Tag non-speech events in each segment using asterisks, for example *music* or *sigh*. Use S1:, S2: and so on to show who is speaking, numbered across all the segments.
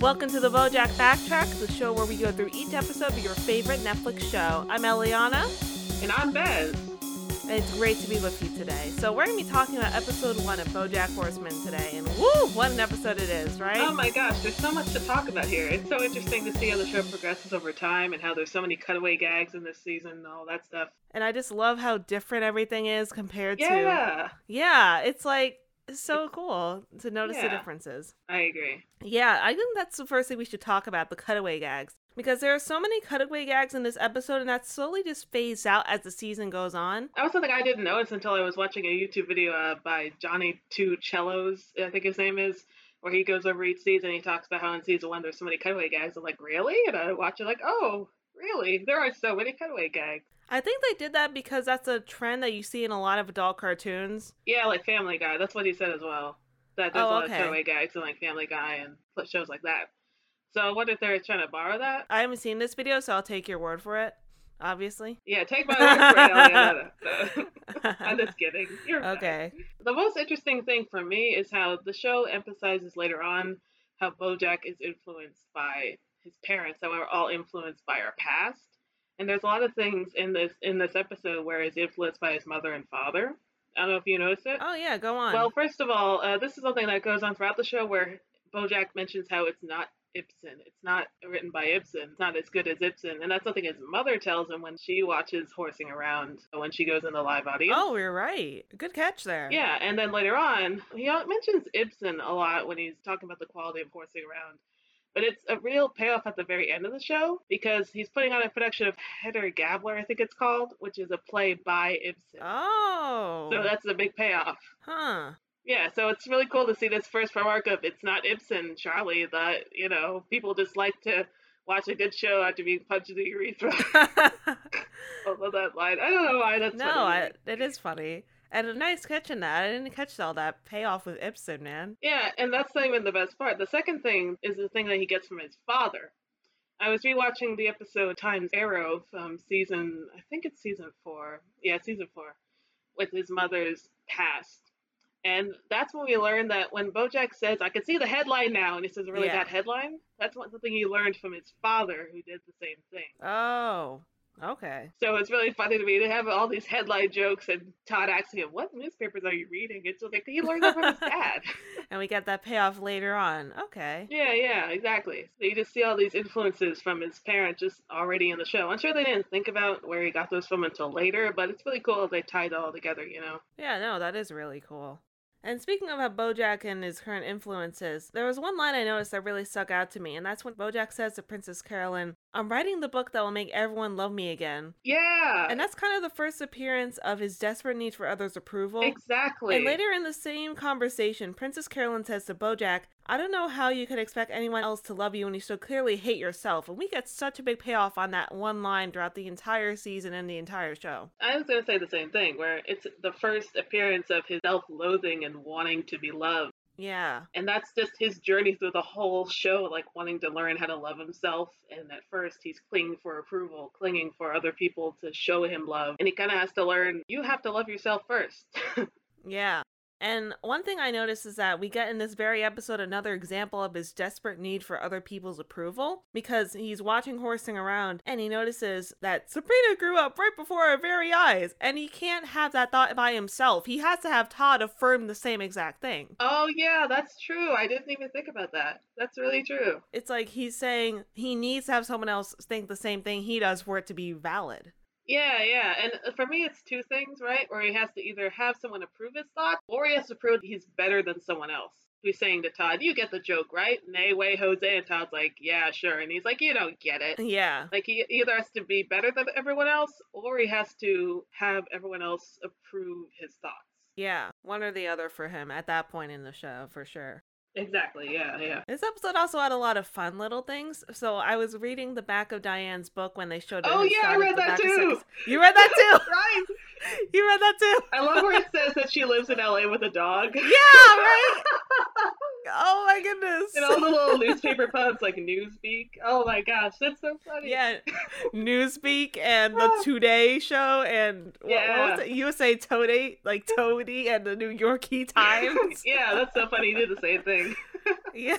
S1: Welcome to the BoJack Backtrack, the show where we go through each episode of your favorite Netflix show. I'm Eliana,
S2: And I'm Bez.
S1: and it's great to be with you today. So we're gonna be talking about episode one of BoJack Horseman today, and woo, what an episode it is, right?
S2: Oh my gosh, there's so much to talk about here. It's so interesting to see how the show progresses over time and how there's so many cutaway gags in this season and all that stuff.
S1: and I just love how different everything is compared to.
S2: Yeah,
S1: Yeah, it's like it's so cool to notice the
S2: Yeah.
S1: differences.
S2: I agree.
S1: Yeah, I think that's the first thing we should talk about the cutaway gags. Because there are so many cutaway gags in this episode, and that slowly just fades out as the season goes on.
S2: That was something I didn't notice until I was watching a YouTube video uh, by Johnny Two Cellos, I think his name is, where he goes over each season. He talks about how in season one there's so many cutaway gags. I'm like, really? And I watch it like, oh, really? There are so many cutaway gags.
S1: I think they did that because that's a trend that you see in a lot of adult cartoons.
S2: Yeah, like Family Guy. That's what he said as well. That there's
S1: Oh,
S2: a lot
S1: okay.
S2: of cutaway gags and like Family Guy and fl- shows like that. So I wonder if they're trying to borrow that.
S1: I haven't seen this video, so I'll take your word for it, obviously.
S2: Yeah, take
S1: *laughs*
S2: my word for it, Eliana. I'm just kidding. You're fine.
S1: okay.
S2: The most interesting thing for me is how the show emphasizes later on how Bojack is influenced by his parents, and we're all influenced by our past. And there's a lot of things in this in this episode where he's influenced by his mother and father. I don't know if you noticed it.
S1: Oh, yeah, go on.
S2: Well, first of all, uh, this is something that goes on throughout the show where Bojack mentions how it's not Ibsen. It's not written by Ibsen. It's not as good as Ibsen. And that's something his mother tells him when she watches Horsing Around uh, when she goes in the live audience.
S1: oh, you're right. Good catch there.
S2: Yeah, and then later on, he al- mentions Ibsen a lot when he's talking about the quality of Horsing Around. But it's a real payoff at the very end of the show because he's putting on a production of Hedder Gabler, I think it's called, which is a play by Ibsen.
S1: Oh.
S2: So that's a big payoff. *laughs*
S1: huh.
S2: Yeah, so it's really cool to see this first remark of it's not Ibsen, Charlie, that, you know, people just like to watch a good show after being punched in the urethra. *laughs* Although that line, I don't know why that's
S1: no,
S2: funny.
S1: I, it is funny. And a nice catch in that. I didn't catch all that payoff with Ibsen, man.
S2: Yeah, and that's not even the best part. The second thing is the thing that he gets from his father. I was rewatching the episode Time's Arrow from season, I think it's season four. Yeah, season four, with his mother's past. And that's when we learned that when Bojack says, I can see the headline now, and he says a really
S1: Yeah.
S2: bad headline, that's one, something he learned from his father who did the same thing.
S1: Oh, okay.
S2: So it's really funny to me to have all these headline jokes and Todd asking him, What newspapers are you reading? It's like he learned that from his dad.
S1: And we got that payoff later on. Okay.
S2: Yeah, yeah, exactly. So you just see all these influences from his parents just already in the show. I'm sure they didn't think about where he got those from until later, but it's really cool they tied it all together, you know?
S1: Yeah, no, that is really cool. And speaking of how Bojack and his current influences, there was one line I noticed that really stuck out to me, and that's when Bojack says to Princess Carolyn, I'm writing the book that will make everyone love me again.
S2: Yeah,
S1: And that's kind of the first appearance of his desperate need for others' approval.
S2: exactly.
S1: And later in the same conversation, Princess Carolyn says to Bojack, I don't know how you could expect anyone else to love you when you so clearly hate yourself. And we get such a big payoff on that one line throughout the entire season and the entire show.
S2: I was going to say the same thing, where it's the first appearance of his self loathing and wanting to be loved.
S1: Yeah.
S2: And that's just his journey through the whole show, like wanting to learn how to love himself. And at first, he's clinging for approval, clinging for other people to show him love. And he kind of has to learn you have to love yourself first. *laughs*
S1: Yeah. And one thing I noticed is that we get in this very episode another example of his desperate need for other people's approval because he's watching horsing around and he notices that Sabrina grew up right before our very eyes and he can't have that thought by himself. He has to have Todd affirm the same exact thing.
S2: Oh yeah, that's true. I didn't even think about that. That's really true.
S1: It's like he's saying he needs to have someone else think the same thing he does for it to be valid.
S2: Yeah, yeah. And uh, for me, it's two things, right? Where he has to either have someone approve his thoughts, or he has to prove he's better than someone else. He's saying to Todd, "You get the joke, right?" Nay, way, Jose. And Todd's like, "Yeah, sure." And he's like, "You don't get it."
S1: Yeah.
S2: Like he either has to be better than everyone else, or he has to have everyone else approve his thoughts.
S1: Yeah. One or the other for him at that point in the show, for sure.
S2: Exactly. Yeah, yeah.
S1: This episode also had a lot of fun little things. So I was reading the back of Diane's book when they showed it.
S2: Oh,
S1: and
S2: yeah, I
S1: started
S2: read
S1: the
S2: that
S1: back of
S2: too.
S1: Circus- You read that
S2: *laughs* Right.
S1: too. you read that too.
S2: I love where it says that she lives in LA with a dog. *laughs*
S1: Yeah, right. *laughs* oh my goodness.
S2: and all the little newspaper puns like Newspeak. Oh my gosh, that's so funny. *laughs* Oh.
S1: yeah, Newspeak and the Today Show and what, what was
S2: Yeah.
S1: it? USA Today, like Toady and the New
S2: *laughs*
S1: Yorkie Times. *laughs*
S2: yeah, that's so funny. You did the same thing.
S1: yeah.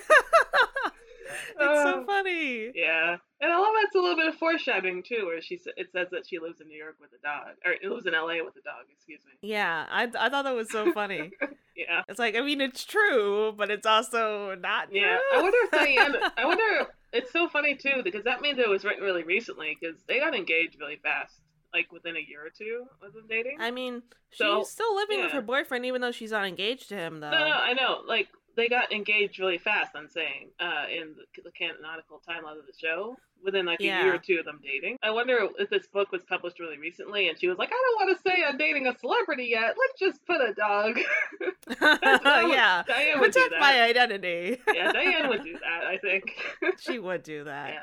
S1: It's
S2: Oh.
S1: so funny.
S2: Yeah, and I love that's a little bit of foreshadowing too, where she s- it says that she lives in New York with a dog, or it lives in L.A. with a dog. Excuse me.
S1: Yeah, I I thought that was so funny.
S2: Yeah,
S1: it's like I mean it's true, but it's also not
S2: yeah.
S1: true.
S2: I wonder if they. end- I wonder. It's so funny too because that means it was written really recently because they got engaged really fast, like within a year or two of them dating.
S1: I mean,
S2: So,
S1: she's still living with
S2: yeah.
S1: her boyfriend, even though she's not engaged to him, though.
S2: No, no, I know. Like they got engaged really fast. I'm saying uh, in the, the canonical timeline of the show, within like a year
S1: Yeah.
S2: or two of them dating. I wonder if this book was published really recently, and she was like, "I don't want to say I'm dating a celebrity yet. Let's just put a dog." *laughs*
S1: *laughs*
S2: I would-
S1: yeah,
S2: Diane would do
S1: protect
S2: that.
S1: my identity.
S2: *laughs* yeah, Diane would do that. I think. *laughs*
S1: she would do that.
S2: yeah.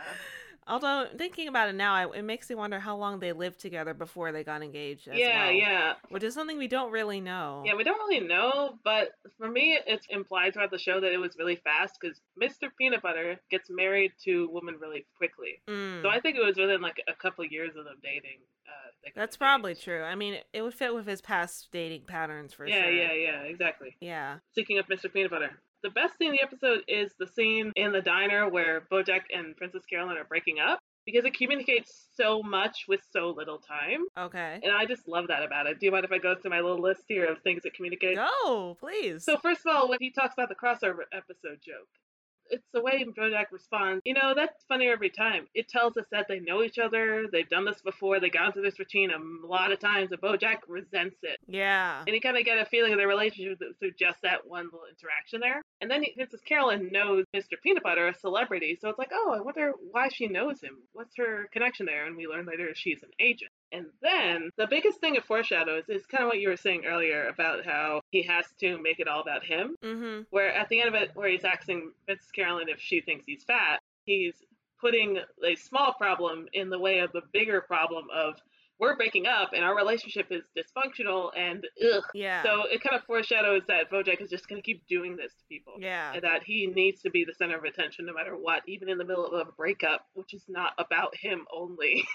S1: Although thinking about it now, I, it makes me wonder how long they lived together before they got engaged. As
S2: Yeah,
S1: well,
S2: yeah,
S1: Which is something we don't really know.
S2: yeah. We don't really know, but for me, it's implied throughout the show that it was really fast because Mr. Peanut Butter gets married to a woman really quickly.
S1: Mm,
S2: So I think it was within like a couple of years of them dating. Uh, they got
S1: that's probably
S2: engaged.
S1: true. I mean, it, it would fit with his past dating patterns for
S2: yeah,
S1: sure.
S2: yeah, yeah, exactly.
S1: yeah.
S2: Speaking of Mr. Peanut Butter, the best scene in the episode is the scene in the diner where BoJack and Princess Carolyn are breaking up because it communicates so much with so little time,
S1: Okay.
S2: and I just love that about it. Do you mind if I go through my little list here of things that communicate?
S1: Go, please.
S2: So first of all, when he talks about the crossover episode joke, it's the way Bojack responds. You know, that's funnier every time. It tells us that they know each other. They've done this before. They gone through this routine a lot of times, and Bojack resents it.
S1: yeah.
S2: And you kind of get a feeling of their relationship through just that one little interaction there. And then he- Princess Carolyn knows Mr. Peanut Butter, a celebrity. So it's like, oh, I wonder why she knows him. What's her connection there? And we learn later she's an agent. And then the biggest thing it foreshadows is kind of what you were saying earlier about how he has to make it all about him.
S1: Mm-hmm.
S2: Where at the end of it, where he's asking Princess Carolyn if she thinks he's fat, he's putting a small problem in the way of the bigger problem of we're breaking up and our relationship is dysfunctional and ugh.
S1: Yeah.
S2: So it kind of foreshadows that Bojack is just going to keep doing this to people.
S1: yeah.
S2: And that he needs to be the center of attention no matter what, even in the middle of a breakup, which is not about him only.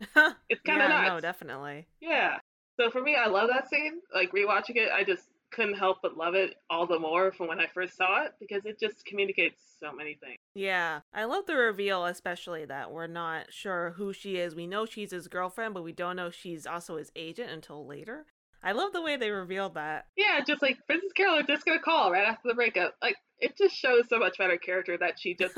S2: *laughs* it's kind
S1: yeah,
S2: of nuts.
S1: No, definitely.
S2: Yeah. So for me, I love that scene. Like rewatching it, I just couldn't help but love it all the more from when I first saw it because it just communicates so many things.
S1: Yeah. I love the reveal, especially that we're not sure who she is. We know she's his girlfriend, but we don't know she's also his agent until later. I love the way they revealed that. *laughs*
S2: Yeah, just like Princess Carol is just gonna call right after the breakup. Like it just shows so much better character that
S1: *laughs*
S2: she just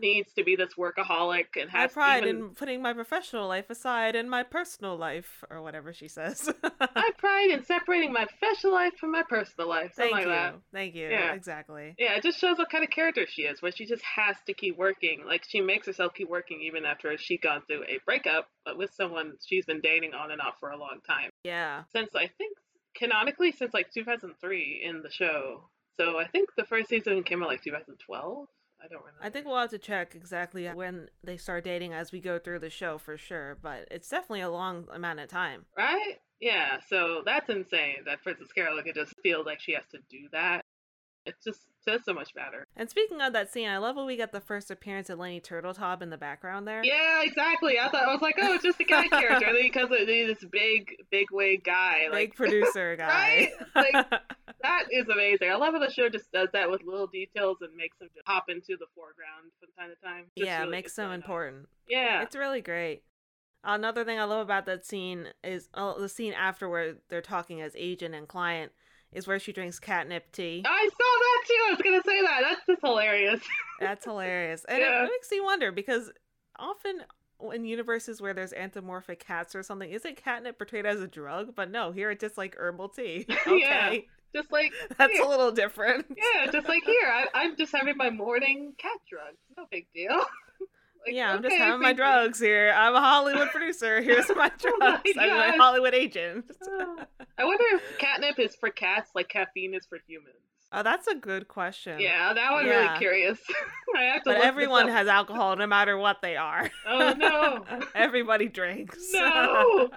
S2: needs to be this workaholic and
S1: I
S2: has
S1: pride
S2: even,
S1: in putting my professional life aside and my personal life, or whatever she says. *laughs*
S2: I pride in separating my professional life from my personal life,
S1: Thank
S2: something like
S1: you.
S2: that.
S1: Thank you.
S2: Yeah.
S1: Exactly.
S2: Yeah, it just shows what kind of character she is, where she just has to keep working. Like she makes herself keep working even after she gone through a breakup but with someone she's been dating on and off for a long time.
S1: Yeah.
S2: Since I think canonically since like 2003 in the show. So I think the first season came out like 2012. I don't remember.
S1: I think we'll have to check exactly when they start dating as we go through the show for sure, but it's definitely a long amount of time.
S2: right? Yeah, so that's insane that Princess Carol could just feel like she has to do that. It just says so much better.
S1: And speaking of that scene, I love when we got the first appearance of Lenny Turtletop in the background there.
S2: Yeah, exactly. I thought I was like, oh, it's just a guy character, and then he comes up and he's this big, big wig guy.
S1: Big
S2: Like
S1: producer guy.
S2: *laughs*
S1: *laughs*
S2: Right? that is amazing. I love how the show just does that with little details and makes them just hop into the foreground from time to time. Just
S1: yeah,
S2: really-
S1: makes
S2: it's
S1: them
S2: really nice.
S1: important.
S2: Yeah,
S1: It's really great. Another thing I love about that scene is oh, the scene after where they're talking as agent and client is where she drinks catnip tea.
S2: I saw that too. I was gonna say that. That's just hilarious. *laughs*
S1: That's hilarious. And it-
S2: Yeah.
S1: it makes me wonder because often in universes where there's anthropomorphic cats or something, isn't catnip portrayed as a drug? But no, here it's just like herbal
S2: *laughs*
S1: tea. Okay. *laughs*
S2: Just like
S1: That's
S2: Yeah.
S1: a little different.
S2: yeah, just like here. I, I'm just having my morning cat drugs. No big deal. *laughs* Like,
S1: yeah, I'm just
S2: okay,
S1: having my
S2: thank you.
S1: drugs here. I'm a Hollywood producer. Here's my drugs.
S2: *laughs* Oh my
S1: I'm
S2: gosh.
S1: a Hollywood agent.
S2: Ah. I wonder if catnip is for cats like caffeine is for humans.
S1: Oh, that's a good question.
S2: Yeah, that one really
S1: Yeah.
S2: curious. *laughs* I have to
S1: But
S2: look this
S1: everyone
S2: up.
S1: has alcohol no matter what they are.
S2: *laughs* Oh no.
S1: *laughs* Everybody drinks.
S2: No.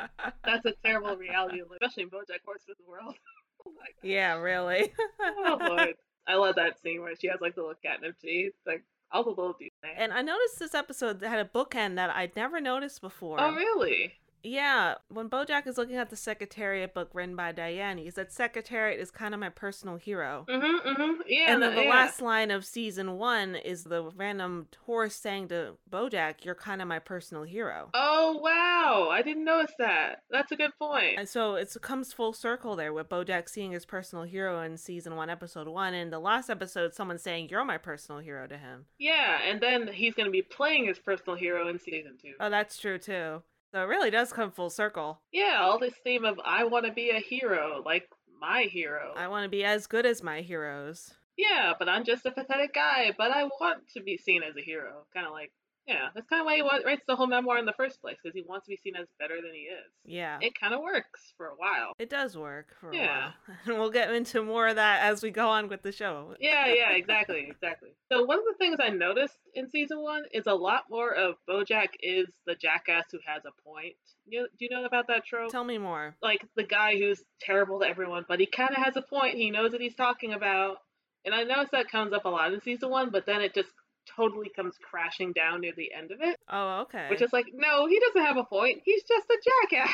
S2: That's a terrible reality, especially in BoJack Horseman's world. *laughs* oh
S1: *laughs*
S2: my
S1: *laughs* yeah, really. *laughs*
S2: god. Oh lord. I love that scene where she has like the little catnip teeth, like all the little details.
S1: And I noticed this episode had a bookend that I'd never noticed before.
S2: oh really?
S1: Yeah, when Bojack is looking at the Secretariat book written by Diane, he said Secretariat is kind of my personal hero.
S2: Mm-hmm, mm-hmm. Yeah.
S1: and then the
S2: yeah.
S1: last line of season one is the random horse saying to Bojack, "You're kind of my personal hero."
S2: Oh wow! I didn't notice that. That's a good point.
S1: And so it's- it comes full circle there with Bojack seeing his personal hero in season one, episode one, and the last episode, someone saying, "You're my personal hero" to him.
S2: Yeah, and then he's gonna be playing his personal hero in season two.
S1: Oh, that's true too. So it really does come full circle.
S2: Yeah, all this theme of I want to be a hero, like my hero.
S1: I want to be as good as my heroes.
S2: yeah, but I'm just a pathetic guy, but I want to be seen as a hero. Kind of like, yeah, that's kind of why he wa- writes the whole memoir in the first place, because he wants to be seen as better than he is.
S1: Yeah.
S2: It kind of works for a while.
S1: It does work for
S2: Yeah.
S1: a while. *laughs* And we'll get into more of that as we go on with the show.
S2: Yeah, yeah, exactly, exactly. So one of the things I noticed in season one is a lot more of BoJack is the jackass who has a point. You, do you know about that trope?
S1: Tell me more.
S2: like the guy who's terrible to everyone, but he kind of has a point. He knows what he's talking about. And I noticed that comes up a lot in season one, but then it just totally comes crashing down near the end of it,
S1: Oh, okay.
S2: which is like, no, he doesn't have a point. He's just a jackass.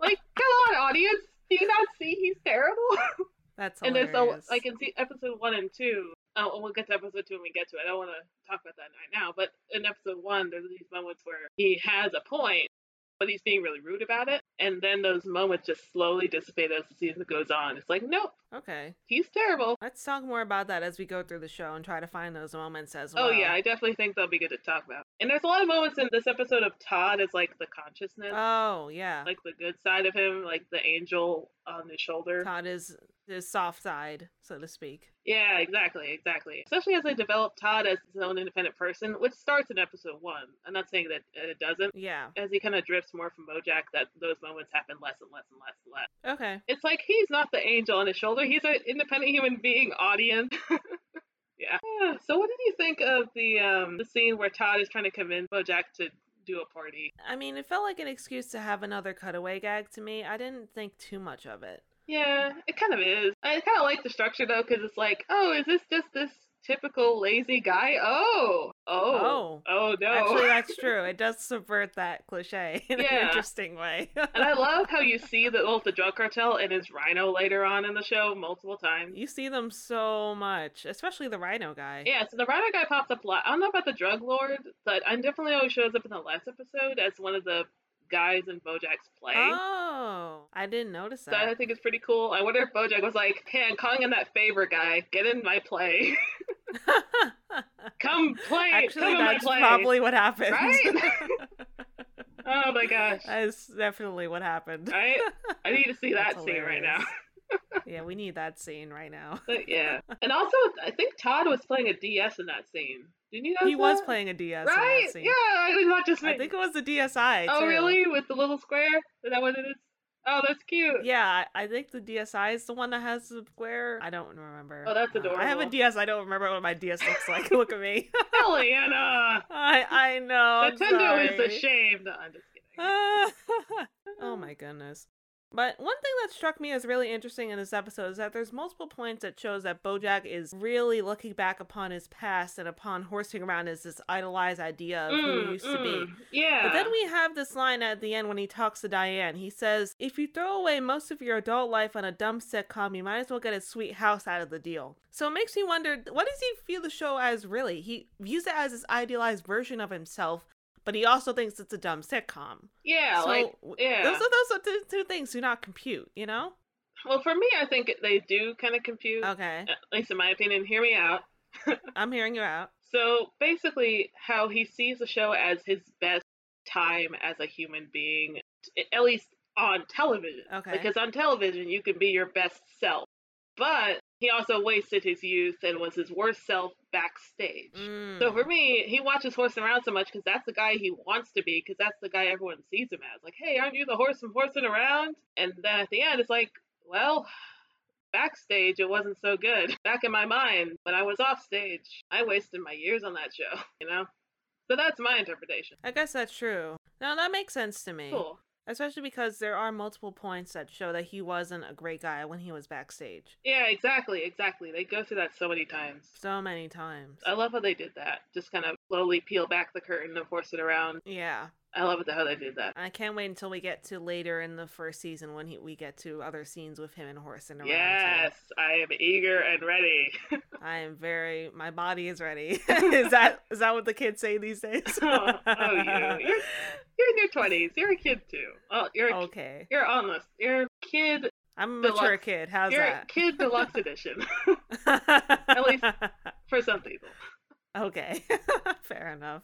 S2: like, come on, audience. Do you not see he's terrible?
S1: That's
S2: and there's
S1: hilarious.
S2: a, like in se- episode one and two. Oh, and we'll get to episode two when we get to it. I don't want to talk about that right now. But in episode one, there's these moments where he has a point, but he's being really rude about it. And then those moments just slowly dissipate as the season goes on. It's like, nope,
S1: okay.
S2: he's terrible.
S1: Let's talk more about that as we go through the show and try to find those moments as well.
S2: Oh yeah, I definitely think that'll be good to talk about. And there's a lot of moments in this episode of Todd as like the consciousness,
S1: Oh yeah.
S2: like the good side of him, like the angel on his shoulder.
S1: Todd is his soft side, so to speak.
S2: Yeah, exactly, exactly. Especially as they develop Todd as his own independent person, which starts in episode one. I'm not saying that it doesn't.
S1: Yeah.
S2: As he kind of drifts more from Bojack, that those moments happen less and less and less and less.
S1: Okay.
S2: It's like he's not the angel on his shoulder. He's an independent human being. Audience. *laughs* yeah. *sighs* Yeah, So, what did you think of the um the scene where Todd is trying to convince Bojack to do a party?
S1: I mean, it felt like an excuse to have another cutaway gag to me. I didn't think too much of it.
S2: Yeah, it kind of is. I kind of like the structure though, because it's like, oh, is this just this typical lazy guy? Oh, oh,
S1: Oh.
S2: oh no.
S1: Actually,
S2: *laughs*
S1: that's true. It does subvert that cliche in an
S2: Yeah.
S1: interesting way. *laughs*
S2: And I love how you see the both the drug cartel and his rhino later on in the show multiple times.
S1: you see them so much, especially the Rhino guy.
S2: Yeah, so the rhino guy pops up a lot. I don't know about the drug lord, but I definitely always shows up in the last episode as one of the guys in Bojack's play.
S1: Oh, I didn't notice
S2: So I
S1: that.
S2: think it's pretty cool. I wonder if Bojack was like, "Hey, I'm calling in that favor guy. Get in my play. *laughs* Come play.
S1: *laughs* Actually,
S2: *laughs* Come in my
S1: that's
S2: play."
S1: probably what happened. *laughs*
S2: Right? oh my gosh! I,
S1: that's definitely what happened.
S2: I need to see that
S1: That's
S2: scene right now.
S1: hilarious. yeah, we need that scene right now. *laughs*
S2: But yeah, and also I think Todd was playing a DS in that scene. Didn't you know
S1: He was playing a DS. in that
S2: Uh-huh. right?
S1: scene.
S2: Yeah, I did not just
S1: I
S2: make.
S1: think it was the DSI.
S2: oh,
S1: too.
S2: really? With the little square? Is that what it is? Oh, that's cute.
S1: Yeah, I I think the DSI is the one that has the square. I don't remember.
S2: Oh, that's
S1: Uh, I have a
S2: adorable.
S1: DS. I don't remember what my DS looks like. *laughs* Look at me.
S2: Eliana,
S1: I I know. *laughs* I'm
S2: Nintendo is
S1: sorry.
S2: a shame. No, I'm just kidding.
S1: *laughs*
S2: *laughs*
S1: oh my goodness. But one thing that struck me as really interesting in this episode is that there's multiple points that shows that Bojack is really looking back upon his past and upon horsing around as this idolized idea of who he
S2: Mm,
S1: used to be.
S2: mm, Yeah.
S1: But then we have this line at the end when he talks to Diane. He says, If you throw away most of your adult life on a dumb sitcom, you might as well get a sweet house out of the deal. So it makes me wonder what does he view the show as really? He views it as his idealized version of himself, but he also thinks it's a dumb sitcom.
S2: yeah,
S1: so
S2: like
S1: w-
S2: yeah.
S1: Those are those are two, two things do not compute, you know?
S2: well, for me, I think they do kind of compute.
S1: Okay.
S2: At least in my opinion. Hear me out.
S1: I'm hearing you out.
S2: So basically, how he sees the show as his best time as a human being, t- at least on television.
S1: Okay.
S2: Because on television, you can be your best self. But he also wasted his youth and was his worst self backstage.
S1: Mm.
S2: So for me, he watches Horse and Around so much because that's the guy he wants to be because that's the guy everyone sees him as. Like, hey, aren't you the horse from Horsing Around? And then at the end, it's like, well, backstage it wasn't so good. *laughs* Back in my mind, when I was off stage, I wasted my years on that show. *laughs* You know, so that's my interpretation.
S1: I guess that's true. No, that makes sense to me.
S2: Cool.
S1: Especially because there are multiple points that show that he wasn't a great guy when he was backstage.
S2: Yeah, exactly, exactly. They go through that so many times.
S1: So many times.
S2: Oh. I love how they did that. Just kind of slowly peel back the curtain and force it around.
S1: yeah.
S2: I love it how they did that.
S1: I can't wait until we get to later in the first season when he, we get to other scenes with him and Horace and around. too.
S2: Yes, *laughs* I am eager and ready. *laughs*
S1: I am very. My body is ready. *laughs* is that is that what the kids say these days?
S2: *laughs* oh, oh, you,
S1: *laughs*
S2: you're, you're in your twenties. You're a kid too. Well, you're a,
S1: Oh, okay.
S2: you're almost. You're a kid.
S1: I'm a mature
S2: Deluxe.
S1: kid. How's
S2: you're a
S1: that? *laughs*
S2: kid deluxe edition *laughs* at least- for some people.
S1: okay, *laughs* fair enough.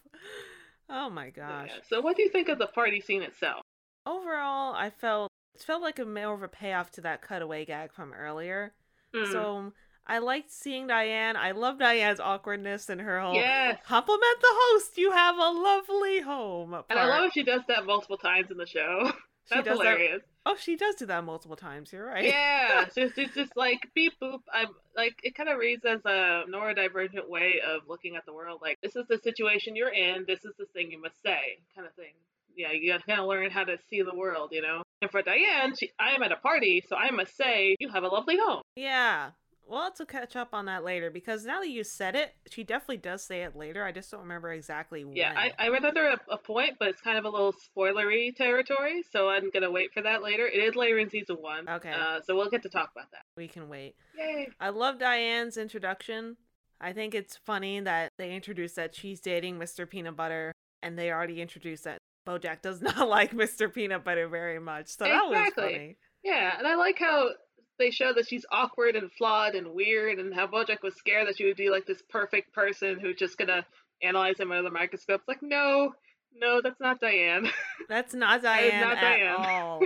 S1: Oh my
S2: So,
S1: gosh.
S2: yeah. So, what do you think of the party scene itself?
S1: Overall, I felt it felt like a more of a payoff to that cutaway gag from earlier.
S2: Hmm.
S1: So I liked seeing Diane. I love Diane's awkwardness and her whole
S2: yes.
S1: compliment the host. You have a lovely home. Part.
S2: And I love if she does that multiple times in the show. *laughs*
S1: She
S2: That's
S1: does that-
S2: hilarious.
S1: Oh, she does do that multiple times. You're right. *laughs*
S2: Yeah, so it's, it's just like beep boop. I'm like it kind of reads as a neurodivergent way of looking at the world. Like this is the situation you're in. This is the thing you must say, kind of thing. Yeah, you gotta kind of learn how to see the world, you know. And for Diane, she, I am at a party, so I must say you have a lovely home.
S1: Yeah. Well, to catch up on that later because now that you said it, she definitely does say it later. I just don't remember exactly when.
S2: Yeah, I, I read under a, a point, but it's kind of a little spoilery territory, so I'm gonna wait for that later. It is later in season one.
S1: Okay.
S2: Uh, so we'll get to talk about that.
S1: we can wait.
S2: Yay.
S1: I love Diane's introduction. I think it's funny that they introduced that she's dating Mr. Peanut Butter, and they already introduced that BoJack does *laughs* not like Mr. Peanut Butter very much. So that was
S2: Exactly.
S1: funny.
S2: Yeah, and I like how they show that she's awkward and flawed and weird, and how Bojack was scared that she would be like this perfect person who's just gonna analyze him under the microscope. It's like, no, no, that's not Diane. *laughs*
S1: That's not
S2: That is
S1: Diane
S2: not
S1: at
S2: Diane.
S1: all.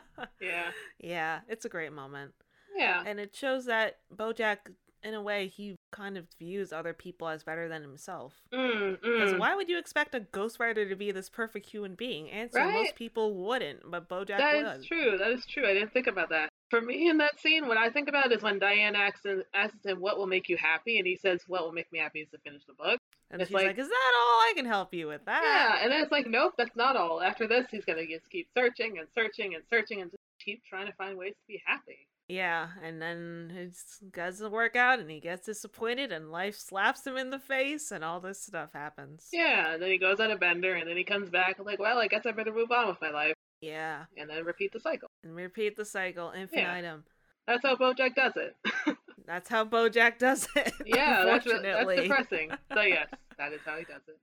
S2: *laughs*
S1: *laughs*
S2: yeah,
S1: yeah, it's a great moment.
S2: yeah,
S1: And it shows that BoJack, in a way, he kind of views other people as better than himself.
S2: mm,
S1: Because
S2: mm.
S1: why would you expect a ghostwriter to be this perfect human being? Answer:
S2: Right?
S1: Most people wouldn't, but BoJack
S2: that
S1: was.
S2: is true. That is true. I didn't think about that. For me, in that scene, what I think about is when Diane asks him, asks him what will make you happy, and he says, "What will make me happy is to finish the book."
S1: And
S2: It's
S1: she's like,
S2: like-
S1: "Is that all? I can help you with Ah. that."
S2: Yeah, and then it's like, nope, that's not all. After this, he's gonna just keep searching and searching and searching and just keep trying to find ways to be happy.
S1: Yeah, and then it just doesn't work out, and he gets disappointed, and life slaps him in the face, and all this stuff happens.
S2: Yeah, and then he goes on a bender, and then he comes back and like, well, I guess I better move on with my life,
S1: Yeah,
S2: and then repeat the cycle.
S1: and repeat the cycle infinitum.
S2: That's how BoJack does it. *laughs*
S1: That's how BoJack does it. *laughs*
S2: yeah, that's that's
S1: unfortunately.
S2: depressing. So yes, that is how he does it.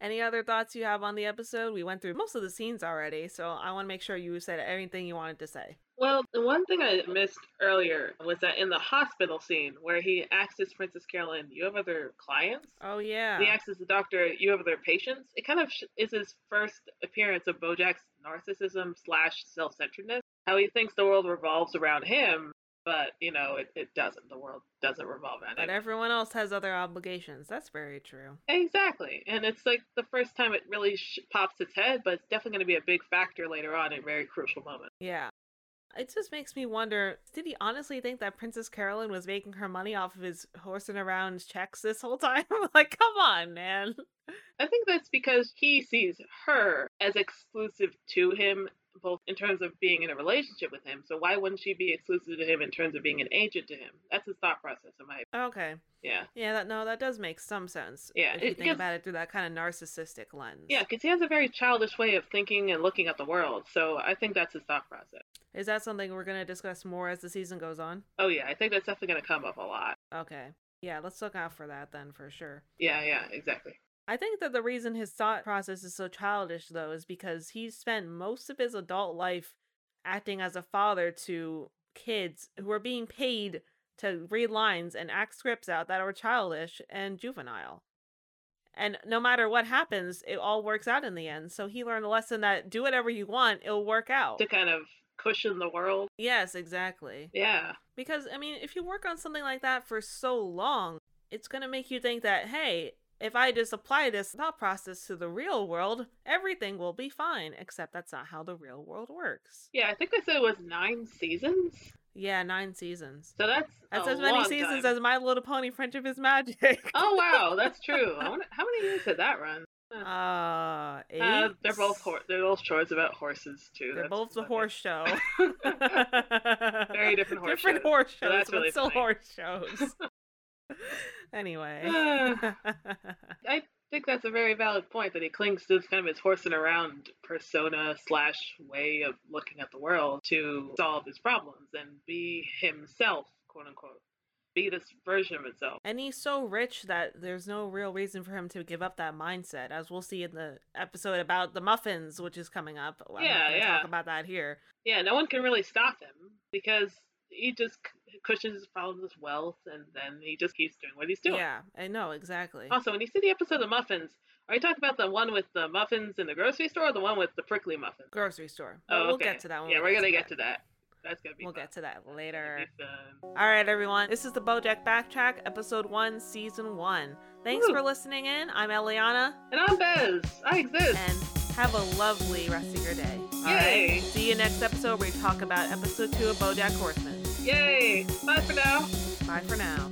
S1: Any other thoughts you have on the episode? We went through most of the scenes already, so I want to make sure you said everything you wanted to say.
S2: Well, the one thing I missed earlier was that in the hospital scene where he asks his Princess Carolyn, "You have other clients?"
S1: Oh yeah,
S2: He acts as the doctor. You have other patients. It kind of sh- is his first appearance of Bojack's narcissism slash self centeredness. How he thinks the world revolves around him, but you know it, it doesn't. The world doesn't revolve around
S1: but
S2: him.
S1: everyone else has other obligations. That's very true.
S2: Exactly, and it's like the first time it really sh- pops its head, but it's definitely going to be a big factor later on in a very crucial moment.
S1: Yeah. It just makes me wonder did he honestly think that Princess Carolyn was making her money off of his horsing around checks this whole time? *laughs* like, come on, man.
S2: I think that's because he sees her as exclusive to him, both in terms of being in a relationship with him. So why wouldn't she be exclusive to him in terms of being an agent to him? That's his thought process, in my
S1: Okay.
S2: yeah,
S1: Yeah, that no, that does make some sense.
S2: Yeah,
S1: If you
S2: it
S1: think
S2: gives-
S1: about it through that kind of narcissistic lens.
S2: yeah, because he has a very childish way of thinking and looking at the world. So I think that's his thought process.
S1: Is that something we're gonna discuss more as the season goes on?
S2: Oh yeah, I think that's definitely going to come up a lot.
S1: Okay. Yeah, let's look out for that then for sure.
S2: Yeah, yeah, exactly.
S1: I think that the reason his thought process is so childish, though, is because he spent most of his adult life acting as a father to kids who are being paid to read lines and act scripts out that are childish and juvenile. And no matter what happens, it all works out in the end. So he learned a lesson that do whatever you want, it'll work out.
S2: To kind of cushion the world.
S1: Yes, exactly.
S2: Yeah,
S1: Because, I mean, if you work on something like that for so long, it's going to make you think that, hey, if I just apply this thought process to the real world, everything will be fine, except that's not how the real world works.
S2: yeah. I think they said it was nine seasons.
S1: Yeah, nine seasons.
S2: So that's
S1: That's
S2: a
S1: as many
S2: long
S1: seasons
S2: time.
S1: as My Little Pony Friendship is Magic.
S2: *laughs*
S1: *laughs*
S2: Oh wow, that's true. I wonder, how many years did that run?
S1: Uh, eight?
S2: Uh, they're both hor- they're both shorts about horses too.
S1: They're
S2: That's-
S1: both the
S2: okay.
S1: horse show.
S2: *laughs*
S1: *laughs*
S2: Very different horse
S1: Different
S2: shows. *laughs*
S1: horse
S2: So
S1: shows,
S2: that's
S1: but
S2: really
S1: still *laughs*
S2: funny. *laughs*
S1: horse shows. anyway.
S2: Uh, I think that's a very valid point that he clings to kind of his horsing around persona slash way of looking at the world to solve his problems and be himself, quote unquote. Be this version of himself.
S1: And he's so rich that there's no real reason for him to give up that mindset, as we'll see in the episode about the muffins, which is coming up. I'm
S2: Yeah,
S1: not gonna
S2: yeah.
S1: Talk about that here.
S2: Yeah, no one can really stop him because he just c- cushions his problems with wealth and then he just keeps doing what he's doing.
S1: Yeah, I know exactly.
S2: Also, when you see the episode of the muffins, are you talking about the one with the muffins in the grocery store or the one with the prickly muffins?
S1: Grocery store.
S2: Oh,
S1: But We'll
S2: okay.
S1: get to that one.
S2: Yeah, we're gonna get to that. That's gonna be
S1: We'll
S2: fun.
S1: get to that
S2: That'll
S1: later.
S2: be fun.
S1: All right, everyone. This is the BoJack Backtrack, episode one, season one. Thanks
S2: Woo.
S1: for listening in. I'm Eliana,
S2: And I'm Bez. I exist.
S1: and have a lovely rest of your day. All right.
S2: Yay.
S1: See you next episode where we talk about episode two of BoJack Horseman.
S2: Yay! Bye for now.
S1: Bye for now.